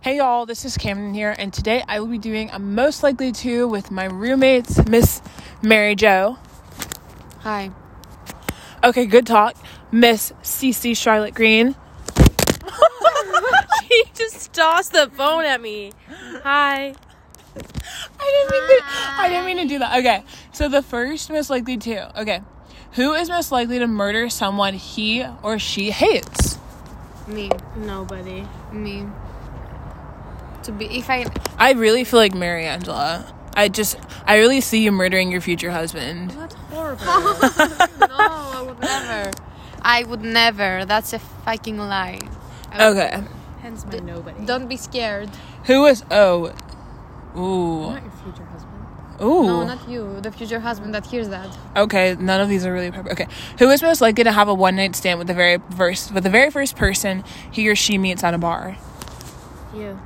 Hey y'all, this is Camden here, and today I will be doing a most likely to with my roommates, Miss Mary Jo. Hi. Okay, good talk. Miss CC Charlotte Green. She just tossed the phone at me. I Hi. didn't mean to, I didn't mean to do that. Okay, so the first most likely to. Okay, who is most likely to murder someone he or she hates? Me. Nobody. Me. To be if I I really feel like Mary Angela. I just, I really see you murdering your future husband. That's horrible. no, I would never. I would never. That's a fucking lie. I would- Okay, Hence my nobody. Don't be scared. who is oh, ooh, Not your future husband. ooh. No, not you. The future husband that hears that. Okay, none of these are really proper. Okay, who is most likely to have a one night stand with the very first with the very first person he or she meets at a bar? You.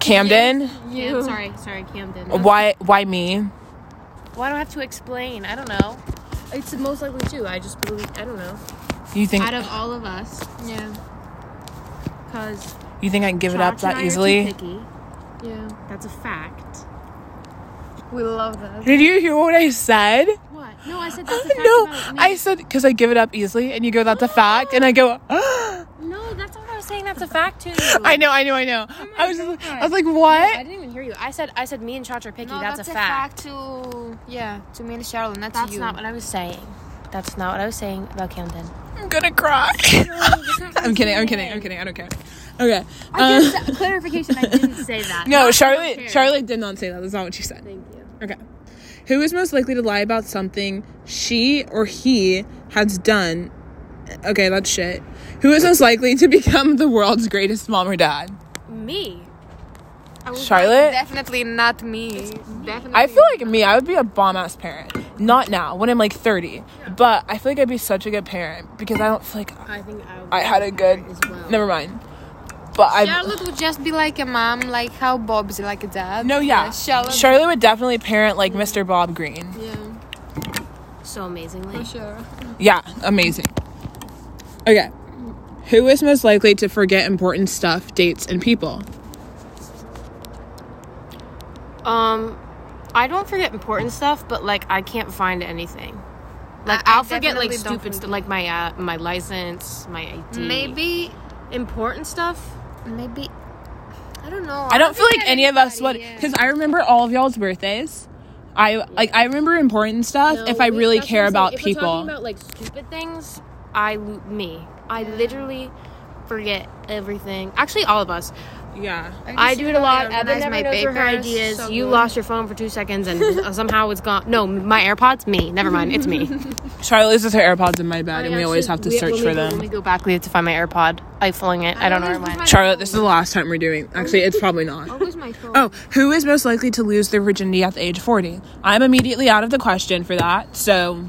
Camden. You. sorry, sorry, Camden. Uh, Why? Why me? Why do I have to explain? I don't know. It's most likely too. I just believe. I don't know. You think Out of all of us, Yeah. because you think I can give it up that easily? Picky. Yeah. That's a fact. We love that. Did you hear what I said? What? No, I said that's a fact. No, about me. I said because I give it up easily, and you go, "That's a fact," and I go, No, that's not what I was saying. That's a fact too. "I know, I know, I know." I was, Oh God. I was like, I "What?" didn't even hear you. I said. I said me and Chacha are picky. No, that's, a fact. to yeah to me and Charlotte, not That's to you. not what I was saying. That's not what I was saying about Camden. I'm gonna cry. I'm kidding. I'm kidding. I'm kidding. I don't care. Okay. I Um, did, clarification. I didn't say that. no, Not that I don't Charlotte. care. Charlotte did not say that. That's not what she said. Thank you. Okay. Who is most likely to lie about something she or he has done? Okay, that's shit. Who is most likely to become the world's greatest mom or dad? Me. I would Charlotte? Definitely not me. Definitely. I feel like me, I would be a bomb ass parent. Not now, when I'm like 30. But I feel like I'd be such a good parent because I don't feel like I think uh, I. would I had a good. as well. Never mind. But I. Charlotte would just be like a mom, like how Bob's like a dad. No, yeah. Charlotte. Charlotte would definitely parent like Mr. Bob Green. yeah, So amazingly. Uh. for sure. Yeah, amazing. Okay. Who is most likely to forget important stuff, dates, and people? Um, I don't forget important stuff, but like I can't find anything. Like I- I I, will forget like definitely don't stupid stuff, like my uh, my license, my ID. Maybe, important stuff. maybe. I don't know. I don't feel think like I any of us would, anybody, yeah. because I remember all of y'all's birthdays. I like I remember important stuff if I really care about If we're people. talking about like stupid things, I lo- me. I literally forget everything. Actually, all of us. yeah, just I do it a really lot. Evan organize never my knows where her papers, ID is. so you good. lost your phone for two seconds, and uh, somehow it's gone. No, my AirPods. Me. Never mind. It's me. Charlie loses her AirPods in my bed, and we Actually, always have to we- search when for we, go- them. When we go back, we have to find my AirPod. I flung it. I, don't know where it always went. find- Charlotte, this is the last time we're doing. Actually, it's probably not. Always my phone. Oh, who is most likely to lose their virginity at the age of forty? I'm immediately out of the question for that. So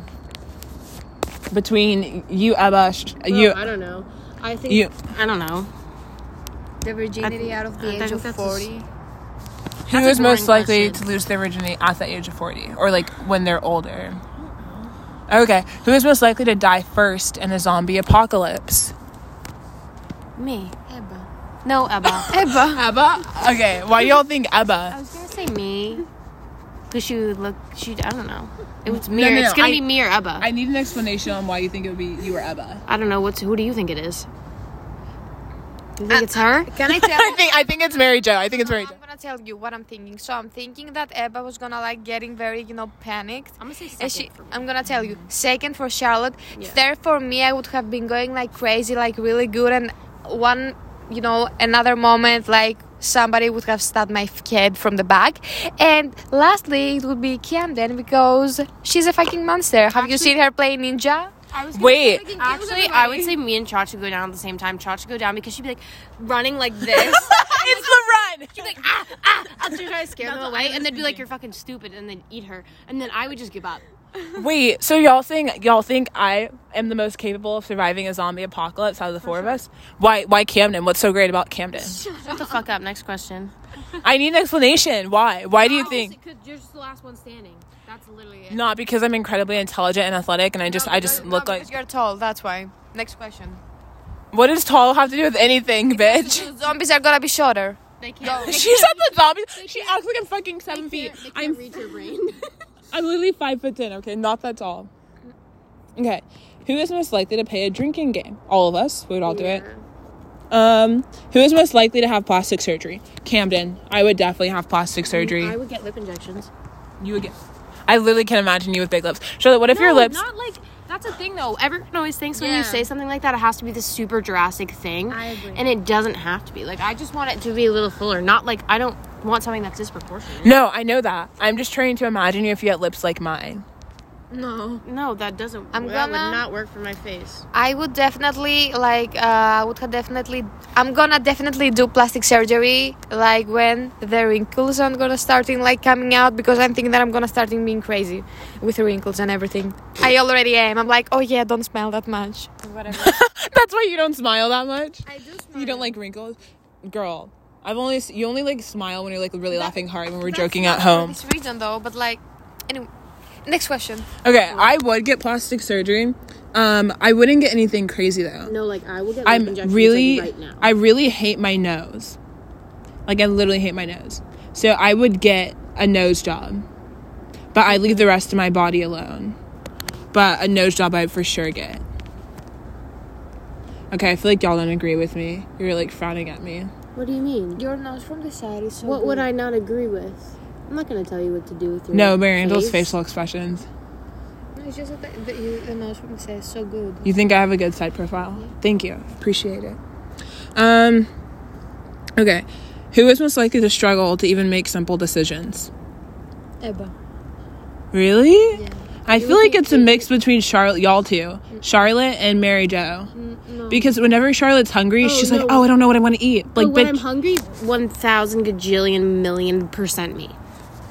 between you, Ebba, sh- you, I don't know. I think. You- I don't know. The virginity out of I the age think of that's a s- forty. who That's a is most boring likely question. to lose their virginity at the age of forty, or like when they're older? Okay, who is most likely to die first in a zombie apocalypse? Me. Ebba. No, Ebba. Ebba. Abba. Okay, why do y'all think I Abba? was gonna say me, cause she would look. She. I don't know. It was me. No, or- no, it's no, gonna I- be me or Ebba. I I, need an explanation on why you think it would be you or Abba. don't know. What's who do you think it is? Do you think it's her? Can I tell? I think I think it's Mary Jo. I think it's Mary I'm Jo. gonna tell you what I'm thinking. So I'm thinking that Ebba was gonna like getting very, you know, panicked. I'm gonna say And second she, for me. I'm gonna tell you, second for Charlotte, Yeah. third for me. I would have been going like crazy, like really good, and one, you know, another moment like somebody would have stabbed my f- head from the back, and lastly it would be Camden because she's a fucking monster. Have you seen her play ninja? I was Wait. Actually, I would say me and Chacha go down at the same time. Chacha go down because she'd be like running like this. It's the run. like ah ah. I'll try to scare them away, and they'd be like, "You're fucking stupid," and then eat her, and then I would just give up. Wait, so y'all think y'all think I am the most capable of surviving a zombie apocalypse out of the four of us? Why why Camden? What's so great about Camden? Shut the fuck up. Next question. I need an explanation. Why? Why do you think? Because you're just the last one standing. That's literally it. Not because I'm incredibly intelligent and athletic, and I just I just look like you're tall. That's why. Next question. What does tall have to do with anything, bitch? Zombies are gonna be shorter. They can't. They She said the zombies. She acts like I'm fucking seven feet. can't, they can't I'm reach your brain. I'm literally five foot ten. Okay, not that tall. Okay, who is most likely to play a drinking game? All of us. We would all do it. Um, who is most likely to have plastic surgery? Camden. I would definitely have plastic surgery. Mm, I would get lip injections. you would get. I literally can imagine you with big lips. Charlotte, what if your No, lips? Not like that's a thing though. Everyone always thinks when Yeah. you say something like that, it has to be this super drastic thing. I agree. And it doesn't have to be. Like I just want it to be a little fuller. Not like I don't want something that's disproportionate. no, I know that. I'm just trying to imagine you if you had lips like mine. No. No, that doesn't. I'm that gonna- would not work for my face. I would definitely like. Uh, I would have definitely. I'm gonna definitely do plastic surgery. Like when the wrinkles are gonna starting like coming out because I'm thinking that I'm gonna starting being crazy with wrinkles and everything. I already am. I'm like, oh yeah, don't smell that much. Whatever. That's why you don't smile that much. I do smile. You don't like wrinkles, girl. I've only s- you only like smile when you're like really laughing hard when we're joking at home. This reason though, but like, anyway. Next question. Okay, I would get plastic surgery. Um, I wouldn't get anything crazy though. No, like I will get lip I'm injections like, really, right now. I really hate my nose. Like I literally hate my nose. So I would get a nose job, but I leave the rest of my body alone. But a nose job, I'd for sure get. Okay, I feel like y'all don't agree with me. You're like frowning at me. what do you mean? Your nose from the side is so. What would I not agree with? I'm not gonna tell you what to do with your No, Mirandle's face. facial expressions. it's just that the, nose from the side is so good. You think I have a good side profile? Thank you. Appreciate it. Um okay. Who is most likely to struggle to even make simple decisions? Ebba. Really? Yeah. I feel like it's a mix between Charlotte y'all two. Charlotte and Mary Jo. Mm. no. Because whenever Charlotte's hungry, Oh, she's like, no. "Oh, I don't know what I want to eat." Like But when I'm bitch. hungry, One thousand gajillion million percent me.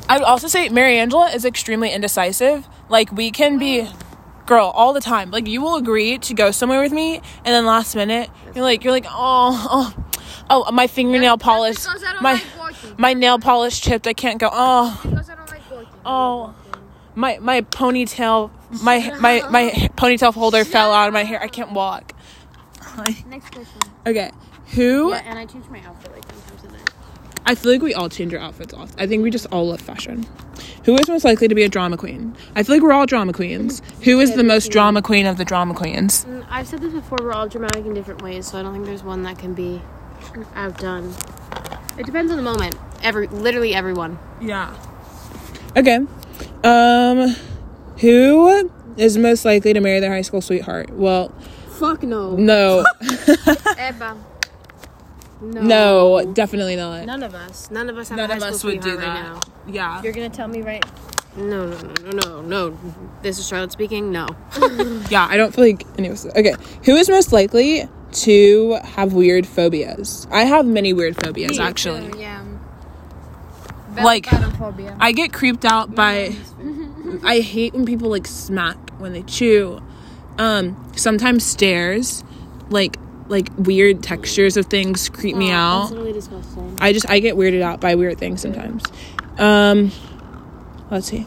I would also say Mary Angela is extremely indecisive. Like we can be girl all the time. Like you will agree to go somewhere with me and then last minute you're like you're like, "Oh, oh, oh my fingernail polish because I don't my like walking. my nail polish chipped. I can't go. Oh, Because I don't like walking. oh. My my ponytail my my my ponytail holder fell out of my hair. I can't walk. Next question. Okay. Who yeah, and I change my outfit like sometimes in there. I feel like we all change our outfits off. I think we just all love fashion. Who is most likely to be a drama queen? I feel like we're all drama queens. Who is the most drama queen of the drama queens? Mm, I've said this before. We're all dramatic in different ways, so I don't think there's one that can be outdone. It depends on the moment. Every literally everyone. Yeah. Okay. Um who is most likely to marry their high school sweetheart? Well, Fuck no. no. Ebba. No. No, definitely not. None of us. None of us have a high school sweetheart right now. Yeah. You're gonna tell me right? No, no, no, no, no, no. This is Charlotte speaking. No. Yeah, I don't feel like anyways. Okay, who is most likely to have weird phobias? I have many weird phobias actually. Yeah. Like- Bottom phobia. I get creeped out by. I hate when people like smack when they chew. Um, sometimes stairs, like like weird textures of things creep me That's out. literally disgusting. I just I get weirded out by weird things sometimes. Um, let's see.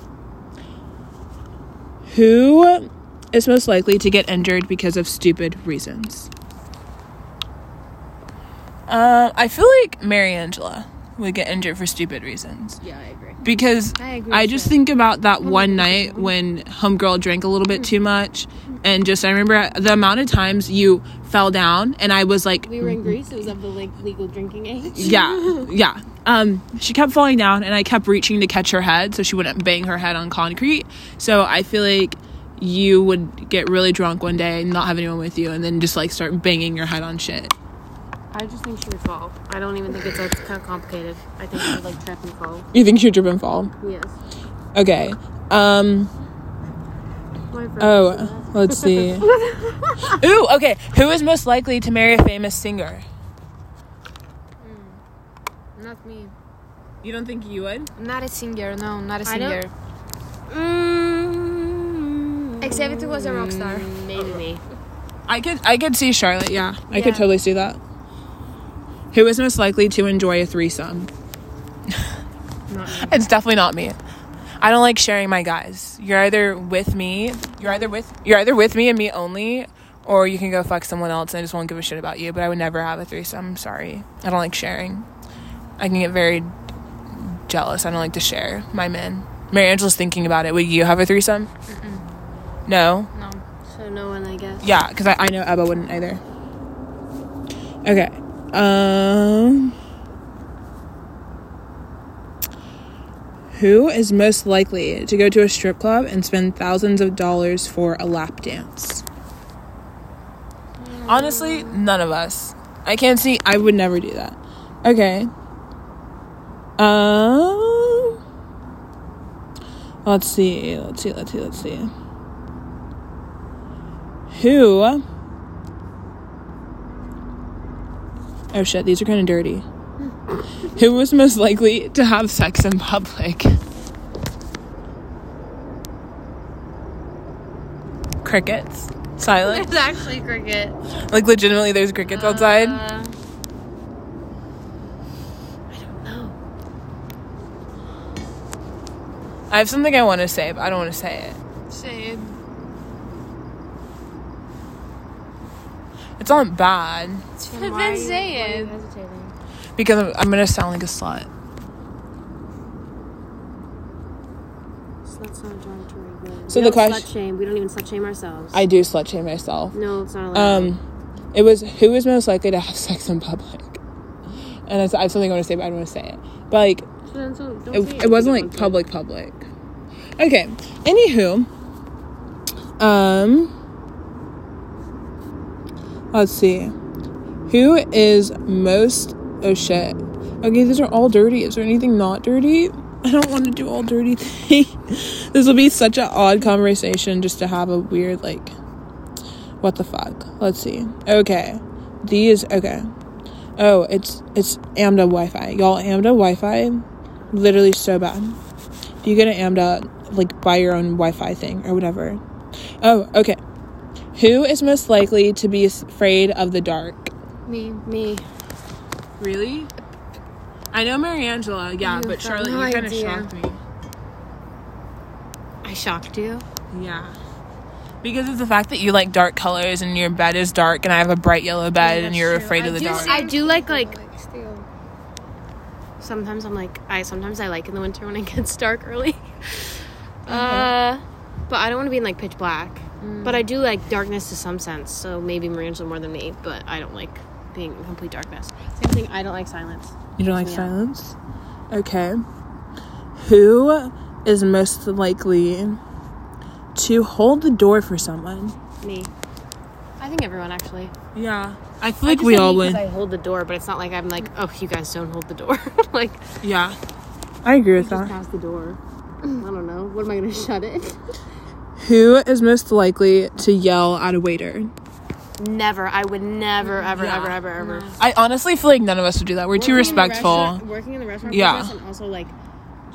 Who is most likely to get injured because of stupid reasons? Uh, I feel like Mary Angela would get injured for stupid reasons Yeah, I agree. because I I, agree with just think about that one night when homegirl drank a little bit too much, and just I remember the amount of times you fell down, and I was like, We were Mm-hmm. in Greece. It was of the like legal drinking age. yeah, yeah. Um, she kept falling down, and I kept reaching to catch her head so she wouldn't bang her head on concrete. So I feel like you would get really drunk one day and not have anyone with you, and then just like start banging your head on shit. I just think she would fall. I don't even think it's that kind of complicated. I think she would like trip and fall. You think she'd trip and fall? Yes. Okay. Um. Oh, let's see. Ooh, okay. Who is most likely to marry a famous singer? Not me. You don't think you would? I'm not a singer. No, I'm not a I singer. don't- Mm, Except if it was a rock star. maybe me. I could I could see Charlotte, yeah. I Yeah. could totally see that. Who is most likely to enjoy a threesome? it's definitely not me. I don't like sharing my guys. You're either with me, you're either with you're either with me and me only, Or you can go fuck someone else and I just won't give a shit about you. But I would never have a threesome. I'm sorry. I don't like sharing. I can get very jealous. I don't like to share my men. Mary Angel's thinking about it. Would you have a threesome? No? No. So no one, I guess. Yeah, because I, I know Ebba wouldn't either. Okay. Um. Who is most likely to go to a strip club and spend thousands of dollars for a lap dance? Honestly, none of us. I can't see. I would never do that. Okay. Um. Let's see. Let's see. Let's see. Let's see. Who? Oh shit, these are kind of dirty. Who was most likely to have sex in public? Crickets. Silence. It's actually cricket. Like legitimately, there's crickets outside. Uh, I don't know. I have something I want to say, but I don't want to say it. Shade. It's not bad Then why then are you- say why are you it. hesitating? because I'm, I'm gonna sound like a slut. So that's not a derogatory word. So We the don't question- Slut shame. We don't even slut shame ourselves. I do slut shame myself. No, it's not allowed. Um, it was who is most likely to have sex in public, and it's, I have something I want to say, but I don't want to say it. But like, So then, so don't say it, it wasn't like public public okay anywho um let's see who is most oh shit okay these are all dirty is there anything not dirty i don't want to do all dirty thing this will be such an odd conversation just to have a weird like what the fuck let's see okay these okay oh it's it's amda wi-fi y'all amda wi-fi literally so bad. If you get an AMDA, like buy your own Wi Fi thing or whatever. Oh, okay. Who is most likely to be s- afraid of the dark? Me. Me. Really? I know Mary Angela, yeah, You but have Charlotte, no you kind of idea. shocked me. I shocked you. Yeah. Because of the fact that you like dark colors and your bed is dark, and I have a bright yellow bed, and you're afraid of the dark. I do like like Still. sometimes I'm like I sometimes I like in the winter when it gets dark early. Uh, but I don't want to be in like pitch black. But I do like darkness to some sense. So maybe Marie Angela more than me, but I don't like being in complete darkness. Same thing. I don't like silence. You don't like Yeah. silence? Okay. Who is most likely to hold the door for someone? Me. I think everyone actually. Yeah. I feel I like just we said all me 'cause would. I hold the door, but it's not like I'm like, oh, you guys don't hold the door. like, Yeah. I agree with just that. pass the door. I don't know. What am I gonna shut it? Who is most likely to yell at a waiter? Never. I would never, ever, Yeah. ever, ever, ever. I honestly feel like none of us would do that. We're too Working in the respectful. restaurant- working in the restaurant Yeah. business and also like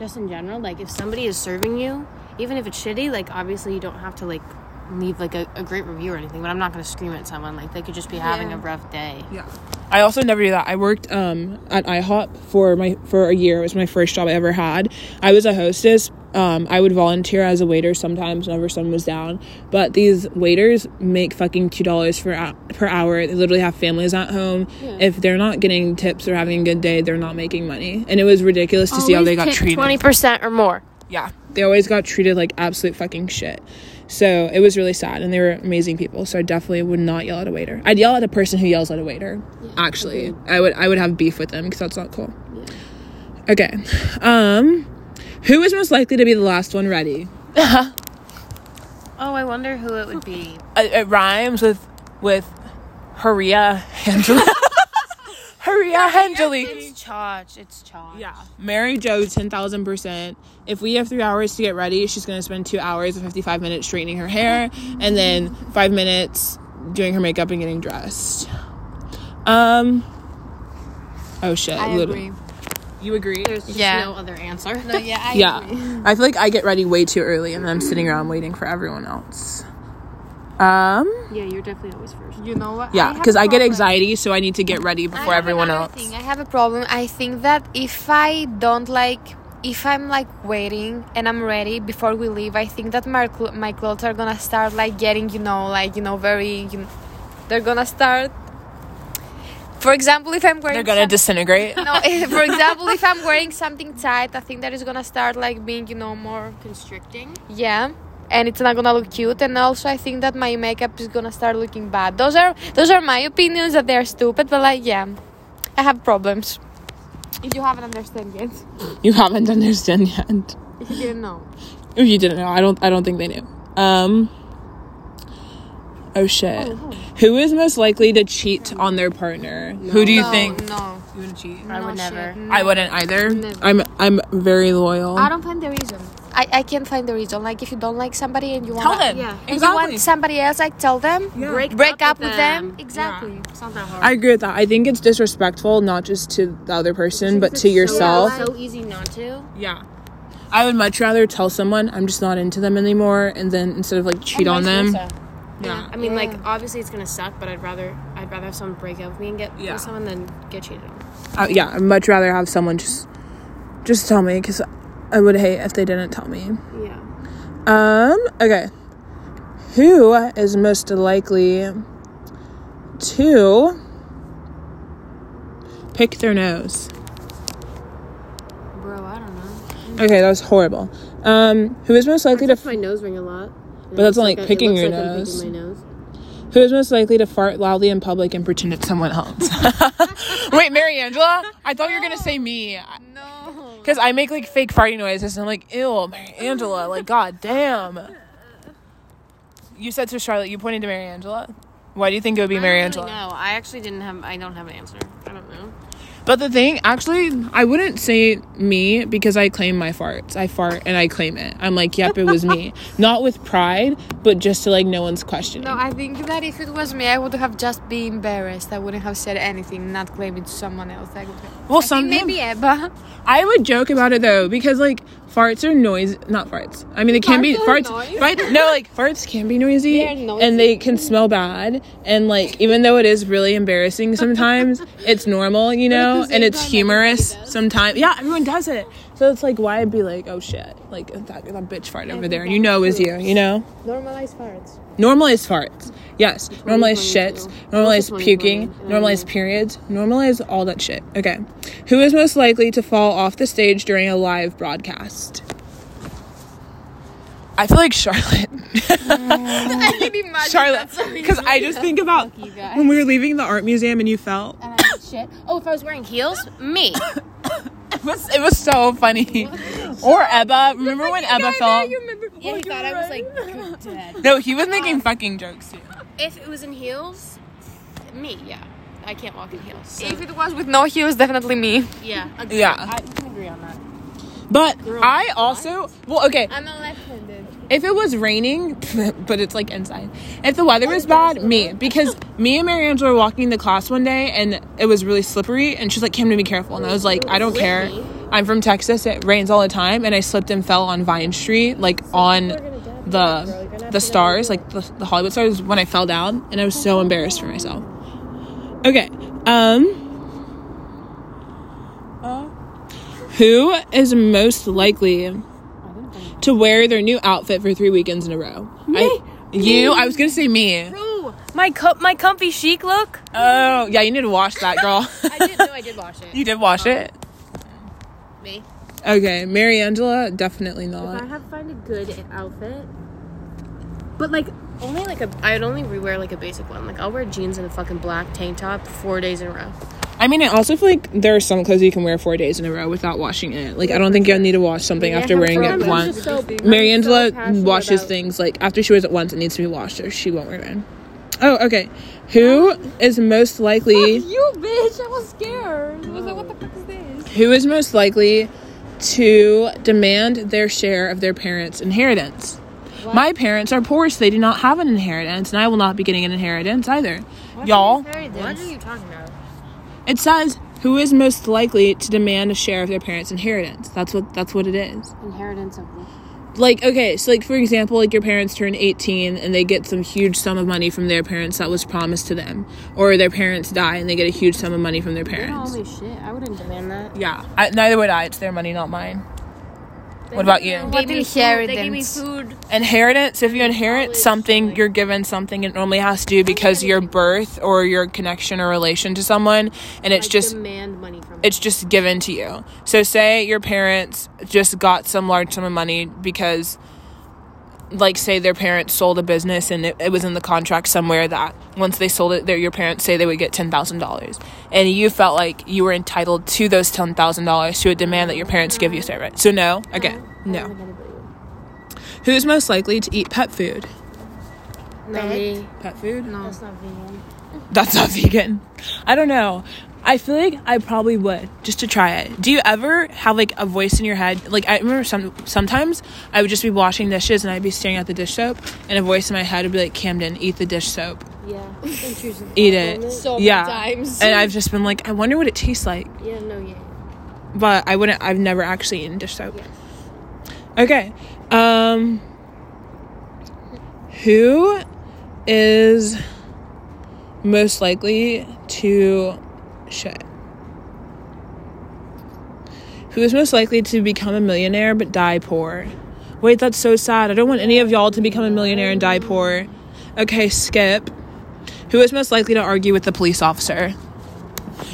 just in general, like if somebody is serving you, even if it's shitty, like obviously you don't have to like leave like a, a great review or anything, but I'm not gonna scream at someone. Like they could just be having a rough day. Yeah. I also never do that. I worked um, at IHOP for my for a year. It was my first job I ever had. I was a hostess. Um, I would volunteer as a waiter sometimes whenever someone was down. But these waiters make fucking two dollars for hou- per hour. They literally have families at home. If they're not getting tips or having a good day, they're not making money. And it was ridiculous to see how they got treated. Twenty percent or more. yeah they always got treated like absolute fucking shit so it was really sad and they were amazing people so i definitely would not yell at a waiter i'd yell at a person who yells at a waiter actually i would i would have beef with them because that's not cool okay um who is most likely to be the last one ready Oh, I wonder who it would be. Uh, it, it rhymes with with Haria Angela Haria Angeli It's charge. It's charge. Yeah. Mary Joe, 10,000%. If we have three hours to get ready, she's going to spend two hours and 55 minutes straightening her hair and then five minutes doing her makeup and getting dressed. Um. Oh shit. I lit- agree. You agree? There's just Yeah. no other answer. No, yeah, I yeah. agree. I feel like I get ready way too early and then I'm sitting around waiting for everyone else. Um. Yeah, you're definitely always first. You know what? Yeah, have because a I get problem. anxiety, so I need to get ready before I have everyone another else. thing. I have a problem. I think that if I don't like, if I'm like waiting and I'm ready before we leave, I think that my cl- my clothes are gonna start like getting, you know, like you know, very you know, They're gonna start. For example, if I'm wearing They're gonna some- disintegrate. no, for example, if I'm wearing something tight, I think that is gonna start like being, you know, more Constricting. yeah, and it's not gonna look cute. And also, I think that my makeup is gonna start looking bad. Those are those are my opinions that they are stupid, but like yeah, I have problems. If you haven't understood yet, You haven't understand yet. if you didn't know, If you didn't know, I don't. I don't think they knew. Um. Oh shit. Who is most likely to cheat on their partner? Who do you think? no, You would cheat. I would no shit, never. no. I wouldn't either. I'm. I'm very loyal. I don't find the reason. I, I can't find the reason. Like if you don't like somebody and you want Tell them. Yeah. and you want somebody else, like tell them. Yeah. Break, Break up, with them. them. Exactly. It's not that hard. I agree with that. I think it's disrespectful, not just to the other person, but to yourself. So easy not to. Yeah. I would much rather tell someone I'm just not into them anymore and then instead of like cheat on them. Yeah. I mean, like obviously it's gonna suck, but I'd rather I'd rather have someone break up with me and get Yeah. with someone than get cheated on. I, yeah, I'd much rather have someone just just tell me cuz I would hate if they didn't tell me. Yeah. Um, okay. Who is most likely to pick their nose? Bro, I don't know. Okay, that was horrible. Um, who is most likely I to touch my nose ring a lot. But that's only picking your nose. my nose. Who is most likely to fart loudly in public and pretend it's someone else? Wait, Mary Angela? I thought you were gonna say me. No. Because I make like fake farting noises and I'm like, ew, Mary Angela, like god damn. You said to Charlotte, you pointed to Mary Angela. Why do you think it would be Mary Angela? No, I actually didn't have. I don't have an answer. I don't know. But the thing, actually, I wouldn't say me because I claim my farts. I fart and I claim it. I'm like, yep, it was me. Not with pride, but just to like no one's questioning. No, I think that if it was me, I would have just been embarrassed. I wouldn't have said anything, not claim it to someone else. I would have, well, I think maybe Ebba. I would joke about it though because like farts are noise, not farts. I mean, they can be farts, right? No, like farts can be noisy, and they can smell bad. And like even though it is really embarrassing sometimes, it's normal, you know, and it's humorous sometimes. Yeah, everyone does it, so it's like why I'd be like, oh shit, like that, that bitch fart over there, and you know is you, you know. Normalized farts. Normalize farts. Yes. Normalize shits. Normalize puking. Normalize periods. Normalize all that shit. Okay. Who is most likely to fall off the stage during a live broadcast? I feel like Charlotte. I can imagine Charlotte. Because I just think about when we were leaving the art museum and you fell. Shit. Oh, if I was wearing heels? Me. It was, it was so funny. Or Ebba. Remember when Ebba fell? Oh, Yeah, he thought I was like dead. No, he was making fucking jokes too. if it was in heels, me. Yeah. I can't walk in heels. So, If it was with no heels, definitely me. yeah. Agree. Yeah. I we can agree on that. But I also, well, okay. I'm a left-handed. If it was raining, but it's like inside. If the weather was bad, me because me and Mary Angela were walking to class one day and it was really slippery, and she's like, "Kim, to be careful," and I was like, "I don't care. I'm from Texas. It rains all the time," and I slipped and fell on Vine Street, like on the the stars, like the, the Hollywood stars, when I fell down, and I was so embarrassed for myself. Okay, um, who is most likely? to wear their new outfit for three weekends in a row. I, you? I was gonna say me. Ooh, my co- my comfy chic look. Oh, yeah, you need to wash that, girl. I did. No, I did wash it. you did wash it. Me. Okay, Mary Angela, definitely I not. have to find a good outfit. But like, Only like a. I'd only rewear like a basic one. Like I'll wear jeans and a fucking black tank top four days in a row. I mean, I also feel like there are some clothes you can wear four days in a row without washing it. Like, I don't think you'll need to wash something after wearing it I'm once. just so Mary I'm so Angela passionate washes about- things like after she wears it once, it needs to be washed or she won't wear it. Oh, okay. Who is most likely? You bitch! I was scared. I was like, what the fuck is this? Who is most likely to demand their share of their parents' inheritance? My parents are poor, so they do not have an inheritance, and I will not be getting an inheritance either. Y'all, What are you talking about? it says who is most likely to demand a share of their parents' inheritance. That's what that's what it is. Inheritance of what? Like, okay, so like for example, like your parents turn 18 and they get some huge sum of money from their parents that was promised to them, or their parents die and they get a huge sum of money from their parents. Holy shit! I wouldn't demand that. Yeah, I, neither would I. It's their money, not mine. What about you? What They gave me inheritance? food. Inheritance. If you inherit something, you're given something. It normally has to do because your birth or your connection or relation to someone, and it's I just demand money from. it's just given to you. So say your parents just got some large sum of money because like say their parents sold a business and it, it was in the contract somewhere that once they sold it their your parents say they would get $10,000 and you felt like you were entitled to those $10,000 to a demand that your parents give you so right so no again no who's most likely to eat pet food Not me. pet food no That's not vegan. that's not vegan. I don't know. I feel like I probably would just to try it. Do you ever have like a voice in your head? Like I remember some sometimes I would just be washing dishes and I'd be staring at the dish soap and a voice in my head would be like, "Camden, eat the dish soap. Yeah. Intrusive. Eat it." Eh, So yeah. many times. And I've just been like, "I wonder what it tastes like." Yeah, no, yeah. But I wouldn't I've never actually eaten dish soap. Okay. Um who is most likely to shit? Who is most likely to become a millionaire but die poor? Wait, that's so sad. I don't want any of y'all to become a millionaire and die poor. Okay, skip. Who is most likely to argue with the police officer?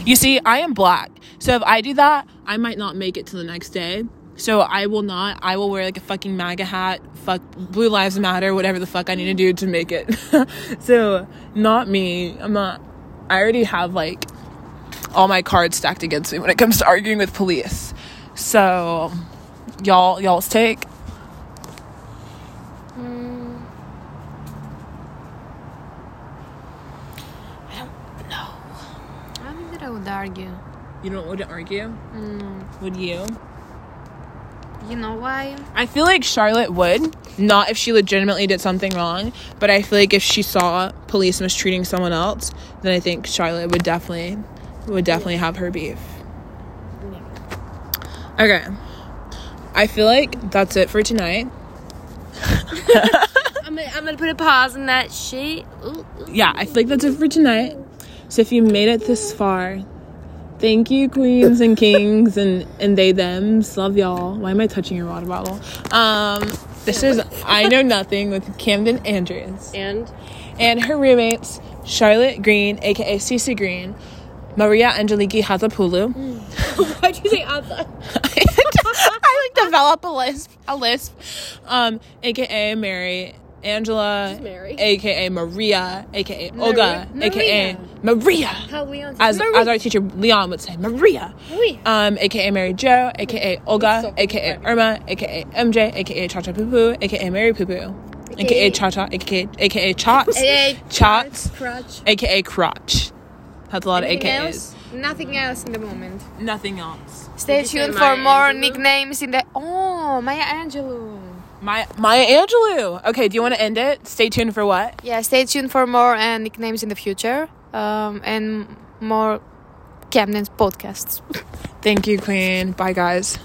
You see, I am black. So if I do that, I might not make it to the next day. So I will not. I will wear like a fucking MAGA hat, fuck Blue Lives Matter, whatever the fuck I need to do to make it. so not me. I'm not. I already have like all my cards stacked against me when it comes to arguing with police. So y'all, y'all's take. I don't think that I would argue. You don't wouldn't argue, would you? You know why? I feel like Charlotte would, not if she legitimately did something wrong, but I feel like if she saw police mistreating someone else, then I think Charlotte would definitely would definitely have her beef. Okay. I feel like that's it for tonight. I'm gonna, I'm gonna put a pause in that shit. Yeah, I feel like that's it for tonight. So if you made it this far, thank you, queens and kings and and they thems. Love y'all. Why am I touching your water bottle? Um, this is I know nothing with Camden Andrews. And and her roommates Charlotte Green, aka Cece Green, Maria Angeliki Hazapulu. Mm. why'd you say other? I like develop a lisp, a lisp, um, aka Mary, Angela, Mary. aka Maria, aka Olga, aka Maria. How Leon? As, as our teacher Leon would say, Maria, Maria. um, aka Mary Jo, aka Olga, so aka Irma, aka MJ, aka Cha Cha Poo Poo, aka Mary Poo Poo, aka Cha Cha, aka aka Chots, Chots, crutch. aka crotch. That's a lot Anything of AKAs. else? Nothing else in the moment. Nothing else. Stay you say tuned Maya for more Angelou? nicknames in the. Oh, Maya Angelou. Maya, Maya Angelou. Okay, do you want to end it? Stay tuned for what? Yeah, stay tuned for more uh, nicknames in the future um, and more Camden's podcasts. Thank you, Queen. Bye, guys.